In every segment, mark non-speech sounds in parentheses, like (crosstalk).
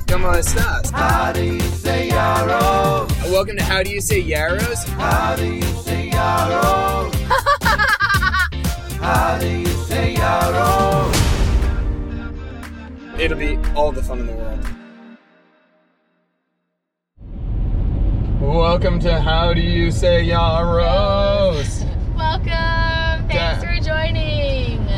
estás? How do you say yarrow? Welcome to How Do You Say Yarrows? How do you say (laughs) yarrow? How do you say yarrow? It'll be all the fun in the world. Welcome to How Do You Say Yarrows? Welcome. Thanks Yeah. for joining.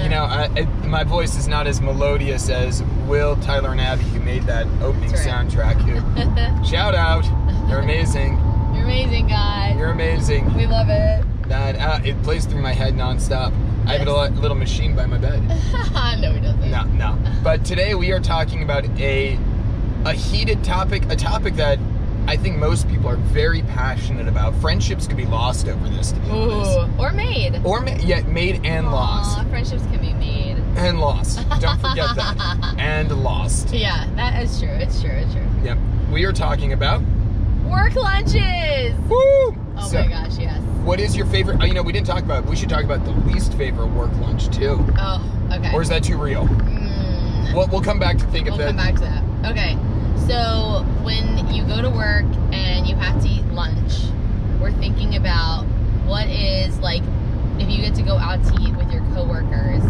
You know, I, I, my voice is not as melodious as Will, Tyler, and Abby, who made that opening That's right. soundtrack. (laughs) Who, shout out! You're amazing. You're amazing, guys. You're amazing. we love it. (laughs) That uh, it plays through my head nonstop. I have a Yes. li- little machine by my bed. no, he doesn't. No, no. But today we are talking about a a heated topic, a topic that I think most people are very passionate about. Friendships could be lost over this, to be honest. Ooh. Or made. Or ma- yeah, made and lost Aw, friendships can be made. and lost. Don't forget (laughs) that. And lost. Yeah, that is true. It's true. It's true. Yep. We are talking about. Work lunches. Woo! Oh So, my gosh, yes. What is your favorite? Oh, you know, we didn't talk about. We should talk about the least favorite work lunch too. Oh, okay. Or is that too real? Mm. We'll, we'll come back to think We'll of that. come back to that. Okay. So when you go to work and you have to eat lunch, we're thinking about what is like if you get to go out to eat with your coworkers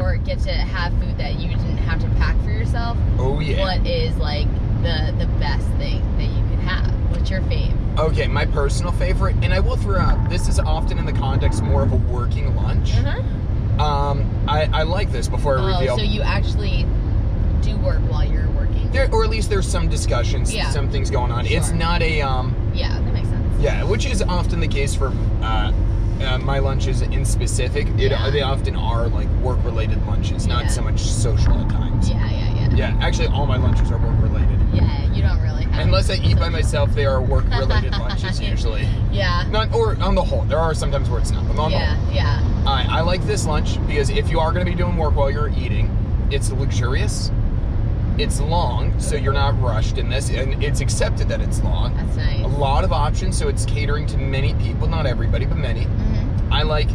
or get to have food that you didn't have to pack for yourself. Oh yeah. What is like the the best thing that you can have? What's your fave? Okay, my personal favorite, and I will throw out this is often in the context more of a working lunch. Um, I, I like this before I Mm-hmm. Oh, reveal. so you actually do work while you're working. there, or at least there's some discussions, Yeah. some things going on. It's Sure. not a um, Yeah, that makes sense. yeah, which is often the case for uh, uh, my lunches in specific. It, Yeah. They often are like work related lunches, not Yeah. so much social at times. Yeah, yeah, yeah. Yeah, actually, all my lunches are work related. Yeah, you don't really have Unless I eat by social- myself, they are work (laughs) related lunches usually. Yeah. Not or on the whole, there are sometimes where it's not, but on the whole. yeah, yeah. I, I like this lunch because if you are going to be doing work while you're eating, it's luxurious, it's long, so you're not rushed in this, and it's accepted that it's long. That's A nice. lot of options, so it's catering to many people, not everybody, but many. hmm I like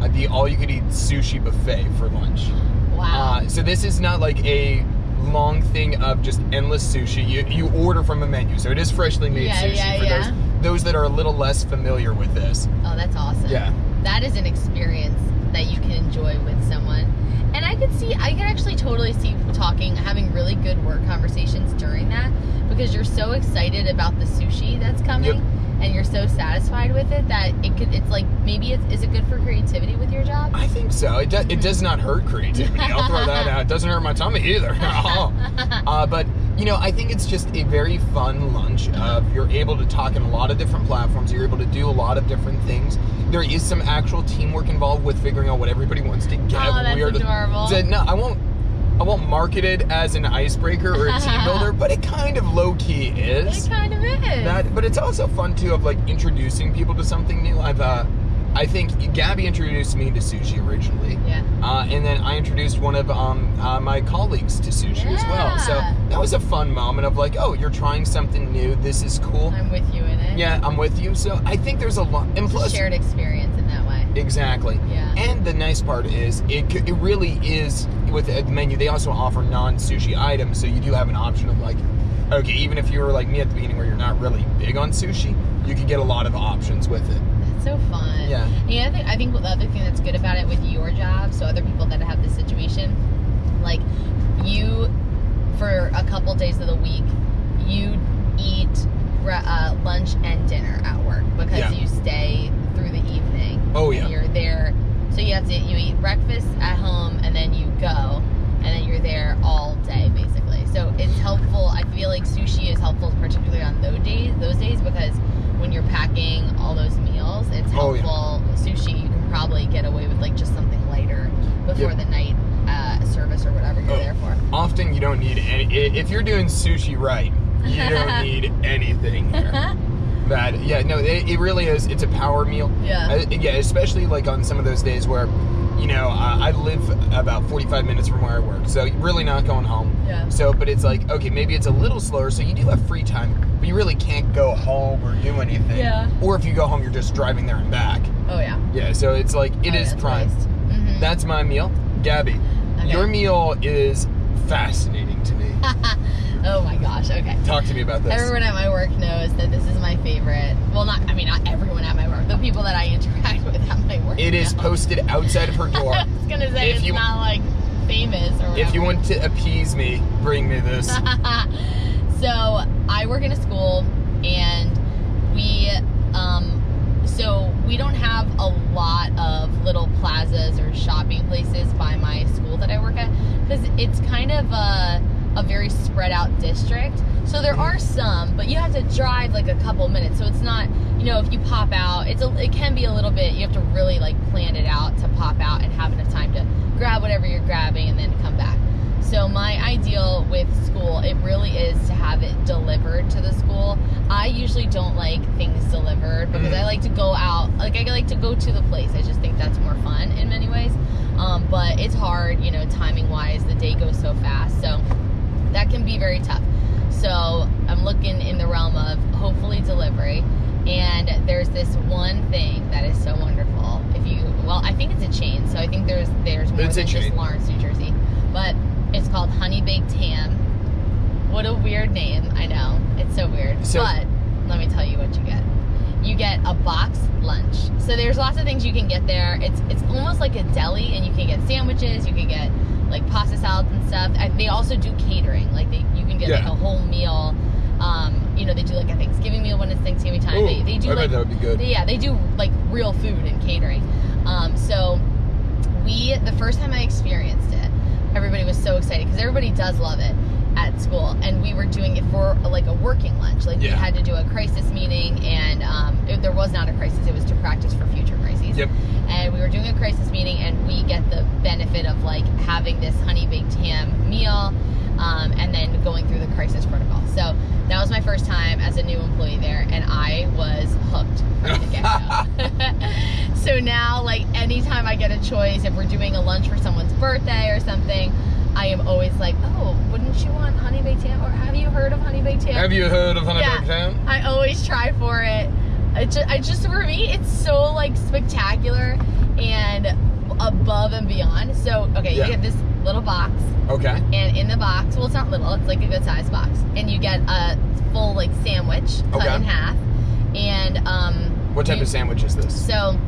uh, the all you could eat sushi buffet for lunch. Wow. Uh, so this is not like a long thing of just endless sushi. You, you order from a menu, so it is freshly made Yeah, sushi yeah, for yeah. those those that are a little less familiar with this. oh, that's awesome. Yeah. That is an experience that you can enjoy with someone. And I could see, I could actually totally see talking, having really good work conversations during that because you're so excited about the sushi that's coming. Yep. And you're so satisfied with it that it could. It's like maybe it's is it good for creativity with your job? I think so. It, do, it does not hurt creativity. I'll throw (laughs) that out. It doesn't hurt my tummy either. uh, but, you know, I think it's just a very fun lunch. Of you're able to talk in a lot of different platforms. You're able to do a lot of different things. There is some actual teamwork involved with figuring out what everybody wants to get. Oh, that's We are- adorable. so, no, I won't. I won't market it as an icebreaker or a team (laughs) builder, but it kind of low key is. It kind of is. That, but it's also fun too of like introducing people to something new. I've, uh, I think Gabby introduced me to sushi originally, yeah. uh, and then I introduced one of um, uh, my colleagues to sushi as well. So Yeah. that was a fun moment of like, oh, you're trying something new. This is cool. I'm with you in it. yeah, I'm with you. So I think there's a lot. And It's a plus, shared experience in that way. exactly. Yeah. And the nice part is, it c- it really is with the menu. They also offer non sushi items, so you do have an option of like, okay, even if you were like me at the beginning where you're not really big on sushi, you can get a lot of options with it. That's so fun. Yeah. Yeah, I think I think the other thing that's good about it with your job, so other people that have this situation, like you, for a couple days of the week, you eat re- uh, lunch and dinner at work because Yeah. you stay through the evening. Oh, and yeah. You're there, so you have to you eat breakfast at home and then you go, and then you're there all day basically. So it's helpful. I feel like sushi is helpful particularly on those days. Those days because when you're packing all those meals, it's Oh, helpful. yeah. Sushi, you can probably get away with like just something lighter before Yeah. the night uh, service or whatever you're Oh. there for. (laughs) often you don't need any i- if you're doing sushi right you don't need anything here. that yeah no it, it really is it's a power meal Yeah. Uh, yeah especially like on some of those days where you know I, I live about 45 minutes from where i work so really not going home Oh, Yeah. so but it's like okay maybe it's a little slower so you do have free time but you really can't go home or do anything Yeah. or if you go home you're just driving there and back Oh yeah. yeah so it's like Oh, it is prime hmm that's my meal gabby Okay. (laughs) your meal is fascinating to me Oh my gosh. Okay. Talk to me about this. Everyone at my work knows that this is my favorite. Well, not I mean not everyone at my work. The people that I interact (laughs) with at my work. It is know. posted outside of her door. (laughs) I was gonna say If it's you- not like famous or whatever. if you want to appease me, bring me this. so I work in a school, and we, um, so we don't have a lot of little plazas or shopping places by my school that I work at because it's kind of a a very spread out district. So there are some, but you have to drive like a couple minutes. So it's not, you know, if you pop out, it's a, it can be a little bit. You have to really like plan it out to pop out and have enough time to grab whatever you're grabbing and then come back. So my ideal with school, it really is to have it delivered to the school. I usually don't like things delivered because Mhm. I like to go out. Like I like to go to the place. I just think that's more fun in many ways. Um, but it's hard, you know, timing wise. The day goes so fast, so that can be very tough. So I'm looking in the realm of hopefully delivery. And there's this one thing that is so wonderful. If you, well, I think it's a chain, so I think there's there's more It's a than just chain. Lawrence, New Jersey. But it's called Honey Baked Ham. What a weird name, I know. It's so weird. So- but let me tell you what you get. You get a box lunch. So there's lots of things you can get there. It's it's almost like a deli, and you can get sandwiches. You can get like pasta salads and stuff. And they also do catering. Like they, you can get like Yeah. a whole meal. Um, you know, they do like a Thanksgiving meal when it's Thanksgiving time. Ooh, (laughs) they, they do I bet like that would be good. yeah, they do like real food and catering. Um, so we the first time I experienced it, everybody was so excited because everybody does love it at school, and we were doing it for like a working lunch. Like Yeah. we had to do a crisis meeting, and um, it, there was not a crisis; it was to practice for future crises Yep. and we were doing a crisis meeting and we get the benefit of like having this honey baked ham meal um, and then going through the crisis protocol so that was my first time as a new employee there and i was hooked from the get-go (laughs) so now like anytime i get a choice if we're doing a lunch for someone's birthday or something i am always like oh wouldn't you want honey baked ham or have you heard of honey baked ham Have you heard of Honey Yeah. Baked Ham? I always try for it. I just, I just for me, it's so like spectacular and above and beyond. So okay, Yeah. you get this little box, Okay. and in the box, well, it's not little; it's like a good size box, and you get a full like sandwich cut Okay. in half, and um. What type you- of sandwich is this? so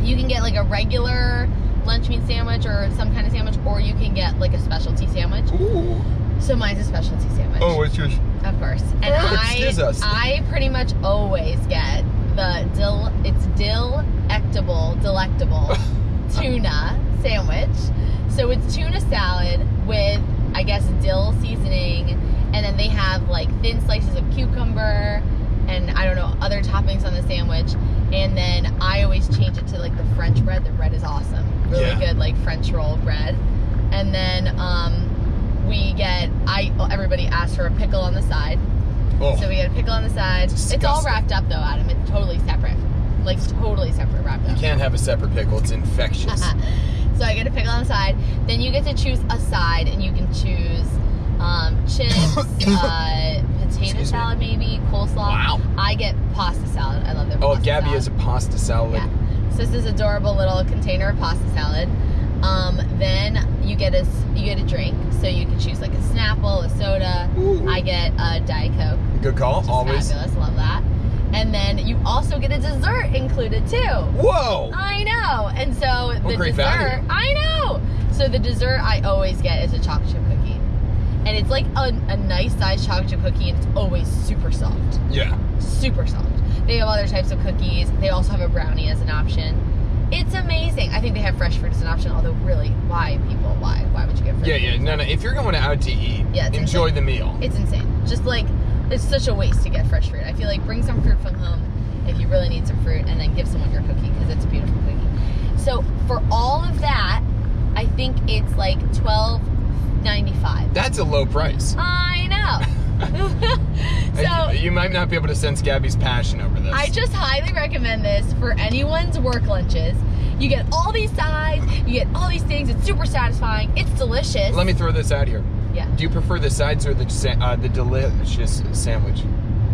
you can get like a regular lunch meat sandwich or some kind of sandwich, or you can get like a specialty sandwich. Ooh. So mine's a specialty sandwich. Oh, it's yours. Of course. And Oh, I, excuse us. I pretty much always get the dill. It's dill ectable, (laughs) delectable tuna sandwich. So it's tuna salad with, I guess, dill seasoning, and then they have like thin slices of cucumber, and I don't know other toppings on the sandwich. And then I always change it to like the French bread. The bread is awesome, really Yeah. good like French roll bread. And then um, we get I everybody asks for a pickle on the side. Oh. So we get a pickle on the side. It's all Disgusting. wrapped up though, Adam. It's totally separate. Like totally separate wrapped you up. can't have a separate pickle. It's (laughs) infectious. so I get a pickle on the side. Then you get to choose a side and you can choose um, (coughs) chips, uh, potato Excuse me. salad maybe, coleslaw. Wow. I get pasta salad. I love their oh, pasta Gabby salad. is a pasta salad. Yeah. So this is adorable little container of pasta salad. Um, then you get a s- you get a drink, so you can choose like a Snapple, a soda. Ooh. I get a Diet Coke. Good call, Which is always. fabulous. Love that. And then you also get a dessert included too. Whoa! I know. And so the great dessert, value. I know. So the dessert I always get is a chocolate chip cookie. And it's like a, a nice sized chocolate chip cookie and it's always super soft yeah. super soft. They have other types of cookies. They also have a brownie as an option. It's amazing. I think they have fresh fruit as an option, although really, why people? Why? Why would you get fresh Yeah, fruit? yeah. No, no. If you're going out to eat, Yeah, it's enjoy the meal. It's insane. Just like it's such a waste to get fresh fruit. I feel like bring some fruit from home if you really need some fruit, and then give someone your cookie because it's a beautiful cookie. So for all of that, I think it's like twelve ninety five. That's a low price. I know. (laughs) so Uh, you, you might not be able to sense Gabby's passion over this. I just highly recommend this for anyone's work lunches. You get all these sides, you get all these things. It's super satisfying. It's delicious. Let me throw this out here. Yeah. Do you prefer the sides or the sa- uh, the delicious sandwich?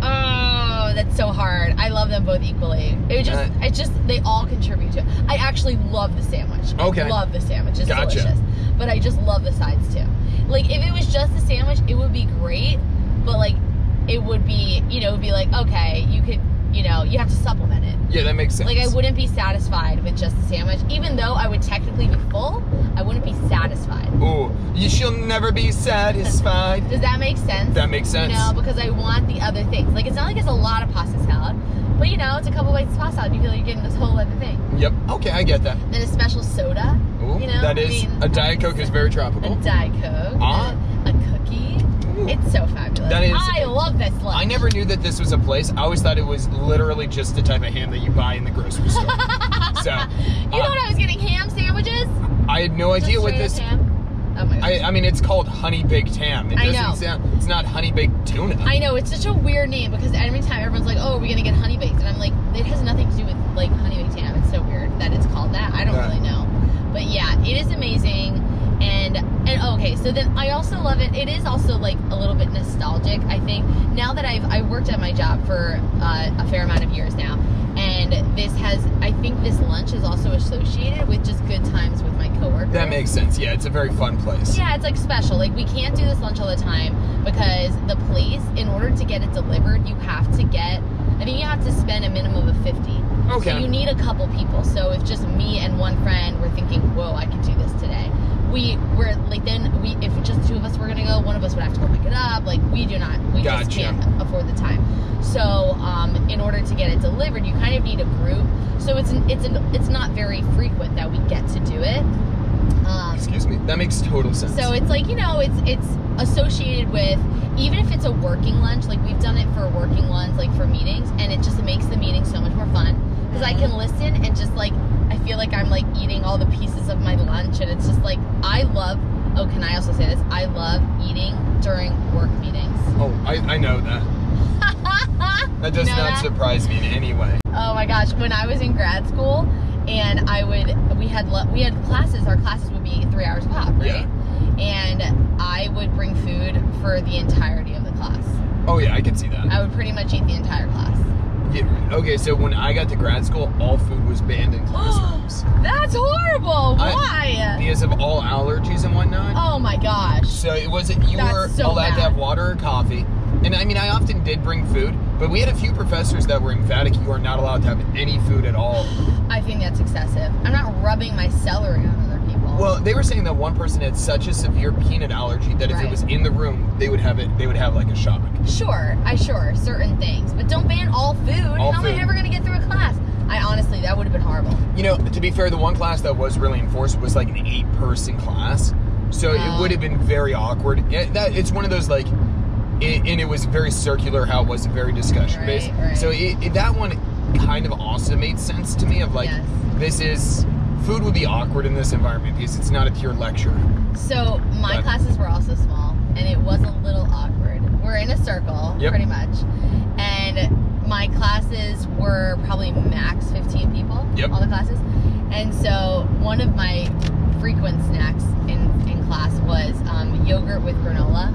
Oh, that's so hard. I love them both equally. It just, Uh, it just, they all contribute to it. I actually love the sandwich. Okay. I love the sandwich. It's Gotcha. delicious. But I just love the sides too. Like if it was just the sandwich, it would be great. but like it would be, you know, it would be like okay, you could, you know, you have to supplement it. Yeah, that makes sense. Like I wouldn't be satisfied with just the sandwich, even though I would technically be full. I wouldn't be satisfied. Ooh, you shall never be satisfied. Does that make sense? That makes sense. You know, because I want the other things. Like it's not like it's a lot of pasta salad, but you know, it's a couple bites of pasta salad. You feel like you're getting this whole other thing. Yep. Okay, I get that. Then a special soda. Ooh, you know, that I is mean, a diet coke is very a tropical. diet coke, Ah. a, a cookie. Ooh. It's so fabulous. That is- I love this lunch. I never knew that this was a place. I always thought it was literally just the type of ham that you buy in the grocery (laughs) store. so You know uh, what I was getting? Ham sandwiches. I had no Just idea what straight up this. Ham. Oh my gosh. I, I mean, it's called honey baked ham. It I doesn't know. sound. It's not honey baked tuna. I know it's such a weird name because every time everyone's like, "Oh, are we gonna get honey baked?" and I'm like, "It has nothing to do with like honey baked ham. It's so weird that it's called that. I don't Yeah. really know, but yeah, it is amazing." And and oh, okay, so then I also love it. It is also like a little bit nostalgic. I think now that I've I worked at my job for uh, a fair amount of years now, and this has I think this lunch is also associated with just good times with my coworkers. that makes sense. Yeah, it's a very fun place. Yeah, it's like special. Like we can't do this lunch all the time because the place, in order to get it delivered, you have to get. I think you have to spend a minimum of fifty. So Okay. you need a couple people. So if just me and one friend were thinking, "Whoa, I could do this today," we were like, then we if just two of us were gonna go, one of us would have to go pick it up. Like we do not, we just Gotcha. can't afford the time. So um, in order to get it delivered, you kind of need a group. So it's an, it's an, it's not very frequent that we get to do it. Um, Excuse me. That makes total sense. so it's like you know, it's it's associated with even if it's a working lunch. Like we've done it for working ones, like for meetings, and it just makes the meeting so much more fun because I Mm-hmm. can listen and just like I feel like I'm like eating all the pieces of my lunch, and it's just like I love. Oh, can I also say this? I love eating during work meetings. (laughs) oh, I, I know that. That does You know not that? surprise me in any way. Oh my gosh, when I was in grad school and I would we had lu- we had classes, our classes would be 3 hours pop, right? And I would bring food for the entirety of the class. Oh yeah, I can see that. I would pretty much eat the entire class. Yeah, okay, so when I got to grad school, all food was banned in (gasps) classrooms That's horrible. I- Why? because of all allergies and whatnot. Oh my gosh. So it wasn't you That's were so allowed to bad. have water or coffee. And I mean, I often did bring food, but we had a few professors that were emphatic you are not allowed to have any food at all. I think that's excessive. I'm not rubbing my celery on other people. Well, they were saying that one person had such a severe peanut allergy that if Right. it was in the room, they would have it. They would have like a shock. Sure, I sure certain things, but don't ban all food. All How am food. I ever gonna get through a class? I honestly, that would have been horrible. You know, to be fair, the one class that was really enforced was like an eight-person class, so Oh. it would have been very awkward. Yeah, that it's one of those like, it, and it was very circular how it was very discussion-based. Right, right. So it, it- that one kind of also made sense to me of like, Yes. this is food would be awkward in this environment because it's not a pure lecture. So my But- classes were also small, and it was a little awkward. We're in a circle, Yep. pretty much, and my classes were probably max fifteen people. Yep. All the classes, and so one of my frequent snacks in in class was um, yogurt with granola.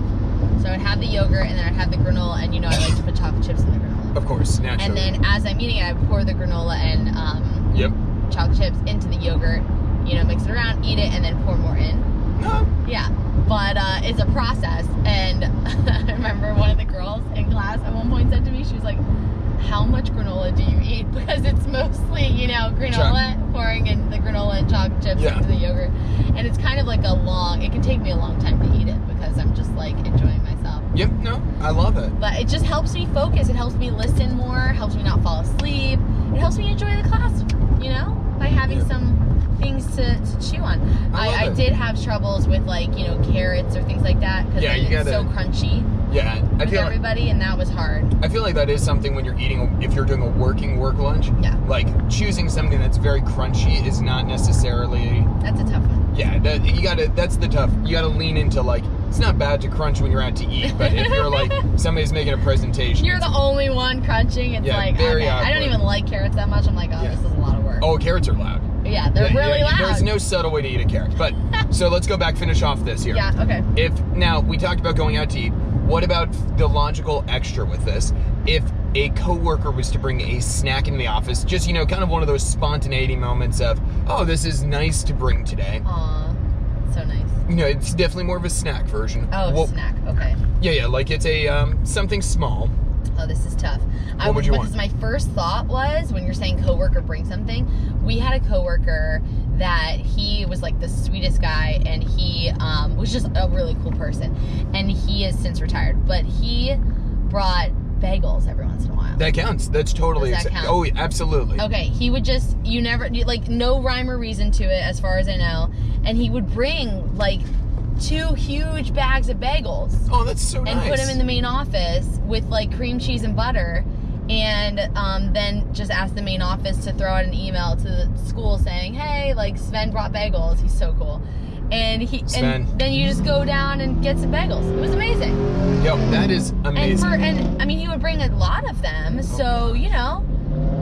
So I'd have the yogurt, and then I'd have the granola, and you know I like to put chocolate chips in the granola. Of course, naturally. And then as I'm eating it, I pour the granola and um, yep. chocolate chips into the yogurt. You know, mix it around, eat it, and then pour more in. No, Yeah, but uh, it's a process. And (laughs) I remember one of the girls in class at one point said to me, she was like, "How much granola do you eat? (laughs) Because it's mostly, you know, granola pouring in the granola and chocolate chips Yeah. into the yogurt, and it's kind of like a long. It can take me a long time to eat it because I'm just like enjoying myself. Yep. No, I love it. But it just helps me focus. It helps me listen more. Helps me not fall asleep. It helps me enjoy the class. You know, by having Yeah. some things to, to chew on. I love I, I it. did have troubles with like you know carrots or things like that because Yeah, you it's so gotta- crunchy Yeah, I with feel. Like, everybody, and that was hard. I feel like that is something when you're eating, if you're doing a working work lunch, Yeah. like choosing something that's very crunchy is not necessarily, That's a tough one. yeah, that, you gotta, that's the tough, you gotta lean into like, it's not bad to crunch when you're out to eat, but if you're (laughs) like, somebody's making a presentation. You're the only one crunching. It's Yeah, like very okay. I don't awkward. even like carrots that much. I'm like, oh, Yeah. this is a lot of work. oh, carrots are loud. But yeah, they're Yeah, really yeah, loud. There's no subtle way to eat a carrot. (laughs) But, so let's go back, finish off this here. yeah. Okay. If, now, we talked about going out to eat. What about the logical extra with this? If a coworker was to bring a snack into the office, just, you know, kind of one of those spontaneity moments of, oh, this is nice to bring today. Aw. That's so nice. No, it's definitely more of a snack version. Oh, Well, snack. Okay. Yeah, yeah, like it's a um, something small. Oh, this is tough. I What would you because my first thought was when you're saying coworker bring something, we had a coworker that he was like the sweetest guy and he um, was just a really cool person. And he is since retired, but he brought bagels every once in a while. That counts. That's totally. Does that accept- count? Oh, yeah, absolutely. Okay, he would just you never you- like no rhyme or reason to it as far as I know, and he would bring like two huge bags of bagels Oh, that's so and nice. put them in the main office with like cream cheese and butter, and um, then just ask the main office to throw out an email to the school saying, "Hey, like Sven brought bagels. He's so cool." And he Sven. and then you just go down and get some bagels. It was amazing. Yep, that is And amazing. Oh, for and I mean, he would bring a lot of them, so you know.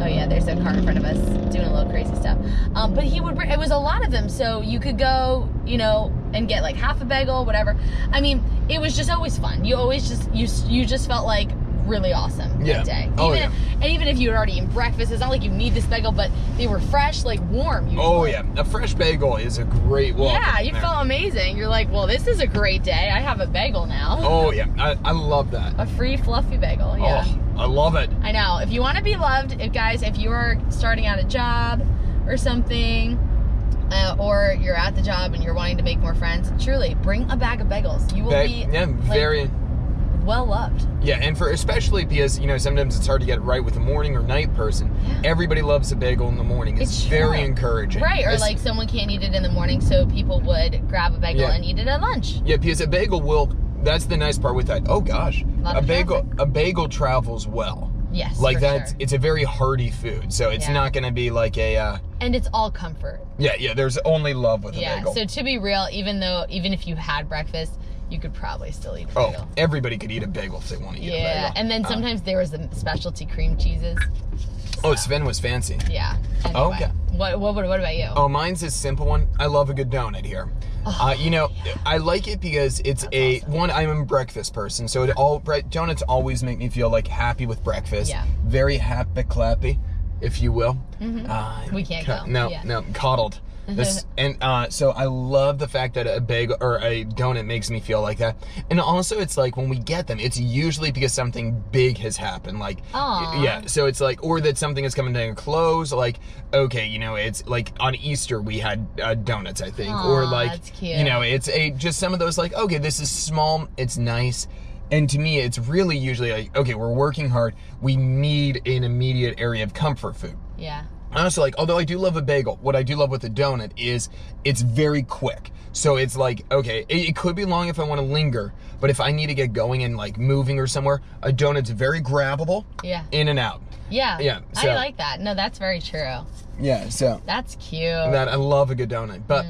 Oh yeah, there's a car in front of us doing a little crazy stuff. Um, but he would bring it was a lot of them, so you could go, you know, and get like half a bagel, whatever. I mean, it was just always fun. You always just you s- you just felt like really awesome Yeah. that day. Even Oh, yeah. and even if you had already eaten breakfast, it's not like you need this bagel, but they were fresh, like warm. Usually. oh yeah, a fresh bagel is a great welcome. Yeah, you there. felt amazing. You're like, well, this is a great day. I have a bagel now. Oh yeah, I, I love that. A free fluffy bagel. Yeah. Oh, I love it. I know. If you want to be loved, if guys, if you are starting out a job or something, uh, or you're at the job and you're wanting to make more friends, truly bring a bag of bagels. You will Ba- be yeah, like, very. well loved. Yeah, and for especially because you know sometimes it's hard to get it right with a morning or night person. Yeah. Everybody loves a bagel in the morning. It's, It's very true. encouraging. Right, or It's- like someone can't eat it in the morning, so people would grab a bagel Yeah. and eat it at lunch. yeah, because a bagel will. That's the nice part with that. Oh gosh, Lot a of bagel a bagel travels well. Yes, Like for that's sure. it's a very hearty food, so it's Yeah. not going to be like a. Uh, and it's all comfort. yeah, yeah. There's only love with a Yeah. bagel. So to be real, even though even if you had breakfast, you could probably still eat a oh, bagel. everybody could eat a bagel if they want to eat a yeah, bagel. and then Uh, sometimes there was the specialty cream cheeses. oh, Sven was fancy. Yeah. Oh, Anyway. What, what, what about you? Oh, mine's a simple one. I love a good donut here. uh, you know, I like it because it's a one. I'm a breakfast person, so it all bre- donuts always make me feel like happy with breakfast. Yeah. Very happy clappy, if you will. Uh, Mm-hmm. We can't ca- go. No, Yeah. no, coddled. (laughs) This and uh, so I love the fact that a bagel or a donut makes me feel like that. And also, it's like when we get them, it's usually because something big has happened. Like, Aw. yeah, so it's like, or that something is coming to a close. Like, okay, you know, it's like on Easter we had uh, donuts, I think, or Aw, like, that's cute. you know, it's a just some of those like, okay, this is small, it's nice. And to me, it's really usually like, okay, we're working hard. We need an immediate area of comfort food. Yeah. I also like, although I do love a bagel, what I do love with a donut is it's very quick. So it's like, okay, it, it could be long if I want to linger, but if I need to get going and like moving or somewhere, a donut's very grabbable, Yeah. in and out. Yeah. Yeah, I so- like that. No, that's very true. Yeah, so That's cute. that I love a good donut. But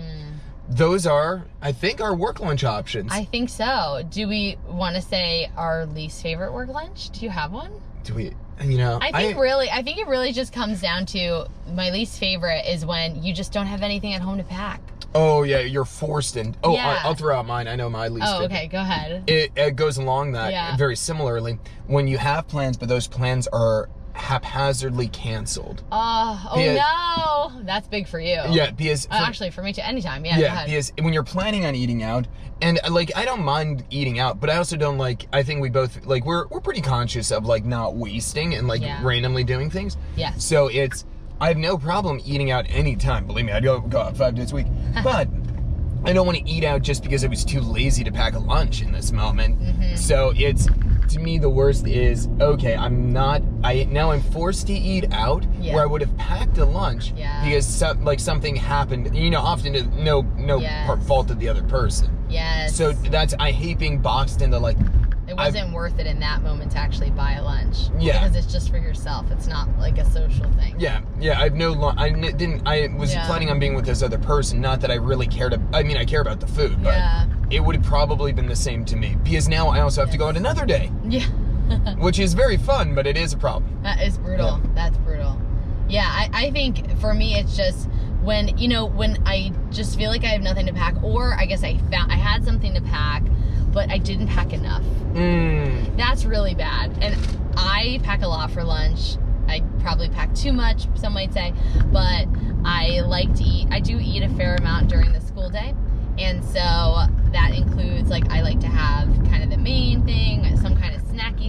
those are, I think, our work lunch options. Mm. I think so. Do we want to say our least favorite work lunch? Do you have one? do we, you know, I think really, I think it really just comes down to my least favorite is when you just don't have anything at home to pack. oh yeah, you're forced in. Oh, Yeah. I, will throw out mine. I know my least. Oh, favorite. okay. Go ahead. it, it goes along that Yeah. very similarly when you have plans but those plans are haphazardly canceled Oh, oh Yeah. no. That's big for you. yeah because Oh, for- actually, for me too. Anytime. Yeah. go yeah ahead. because when you're planning on eating out and uh, like i don't mind eating out but i also don't like i think we both like we're, we're pretty conscious of like not wasting and like Yeah. randomly doing things Yes. so it's i have no problem eating out anytime believe me i go, go out five (laughs) days a week but i don't want to eat out just because i was too lazy to pack a lunch in this moment Mm-hmm. so it's to me the worst is okay i'm not i now i'm forced to eat out Yeah. where i would have packed a lunch Yeah. because some, like something happened you know often to no no Yes. part fault of the other person Yes. so that's i hate being boxed into like It I've- wasn't worth it in that moment to actually buy a lunch. Yeah. Because it's just for yourself. It's not like a social thing. Yeah, yeah. I've no. Lo- I n- didn't. I was Yeah. planning on being with this other person. Not that I really cared. Ab- I mean, I care about the food, but Yeah. it would have probably been the same to me because now I also have to go out another (laughs) day, (laughs) Yeah. which is very fun, but it is a problem. That is brutal. That's brutal. Yeah, I, I think for me it's just when you know when I just feel like I have nothing to pack, or I guess I found I had something to pack, but I didn't pack enough. Mm. That's really bad. And I pack a lot for lunch. I probably pack too much, some might say, but I like to eat. I do eat a fair amount during the school day. And so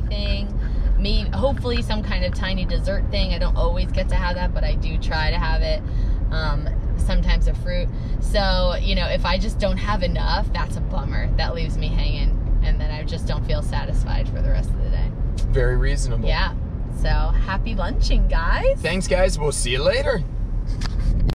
maybe hopefully some kind of tiny dessert thing. I don't always get to have that, but I do try to have it. Um, sometimes a fruit. So you know, if I just don't have enough, that's a bummer. That leaves me hanging, and then I just don't feel satisfied for the rest of the day. Very reasonable. Yeah. So happy lunching, guys. Thanks, guys. We'll see you later.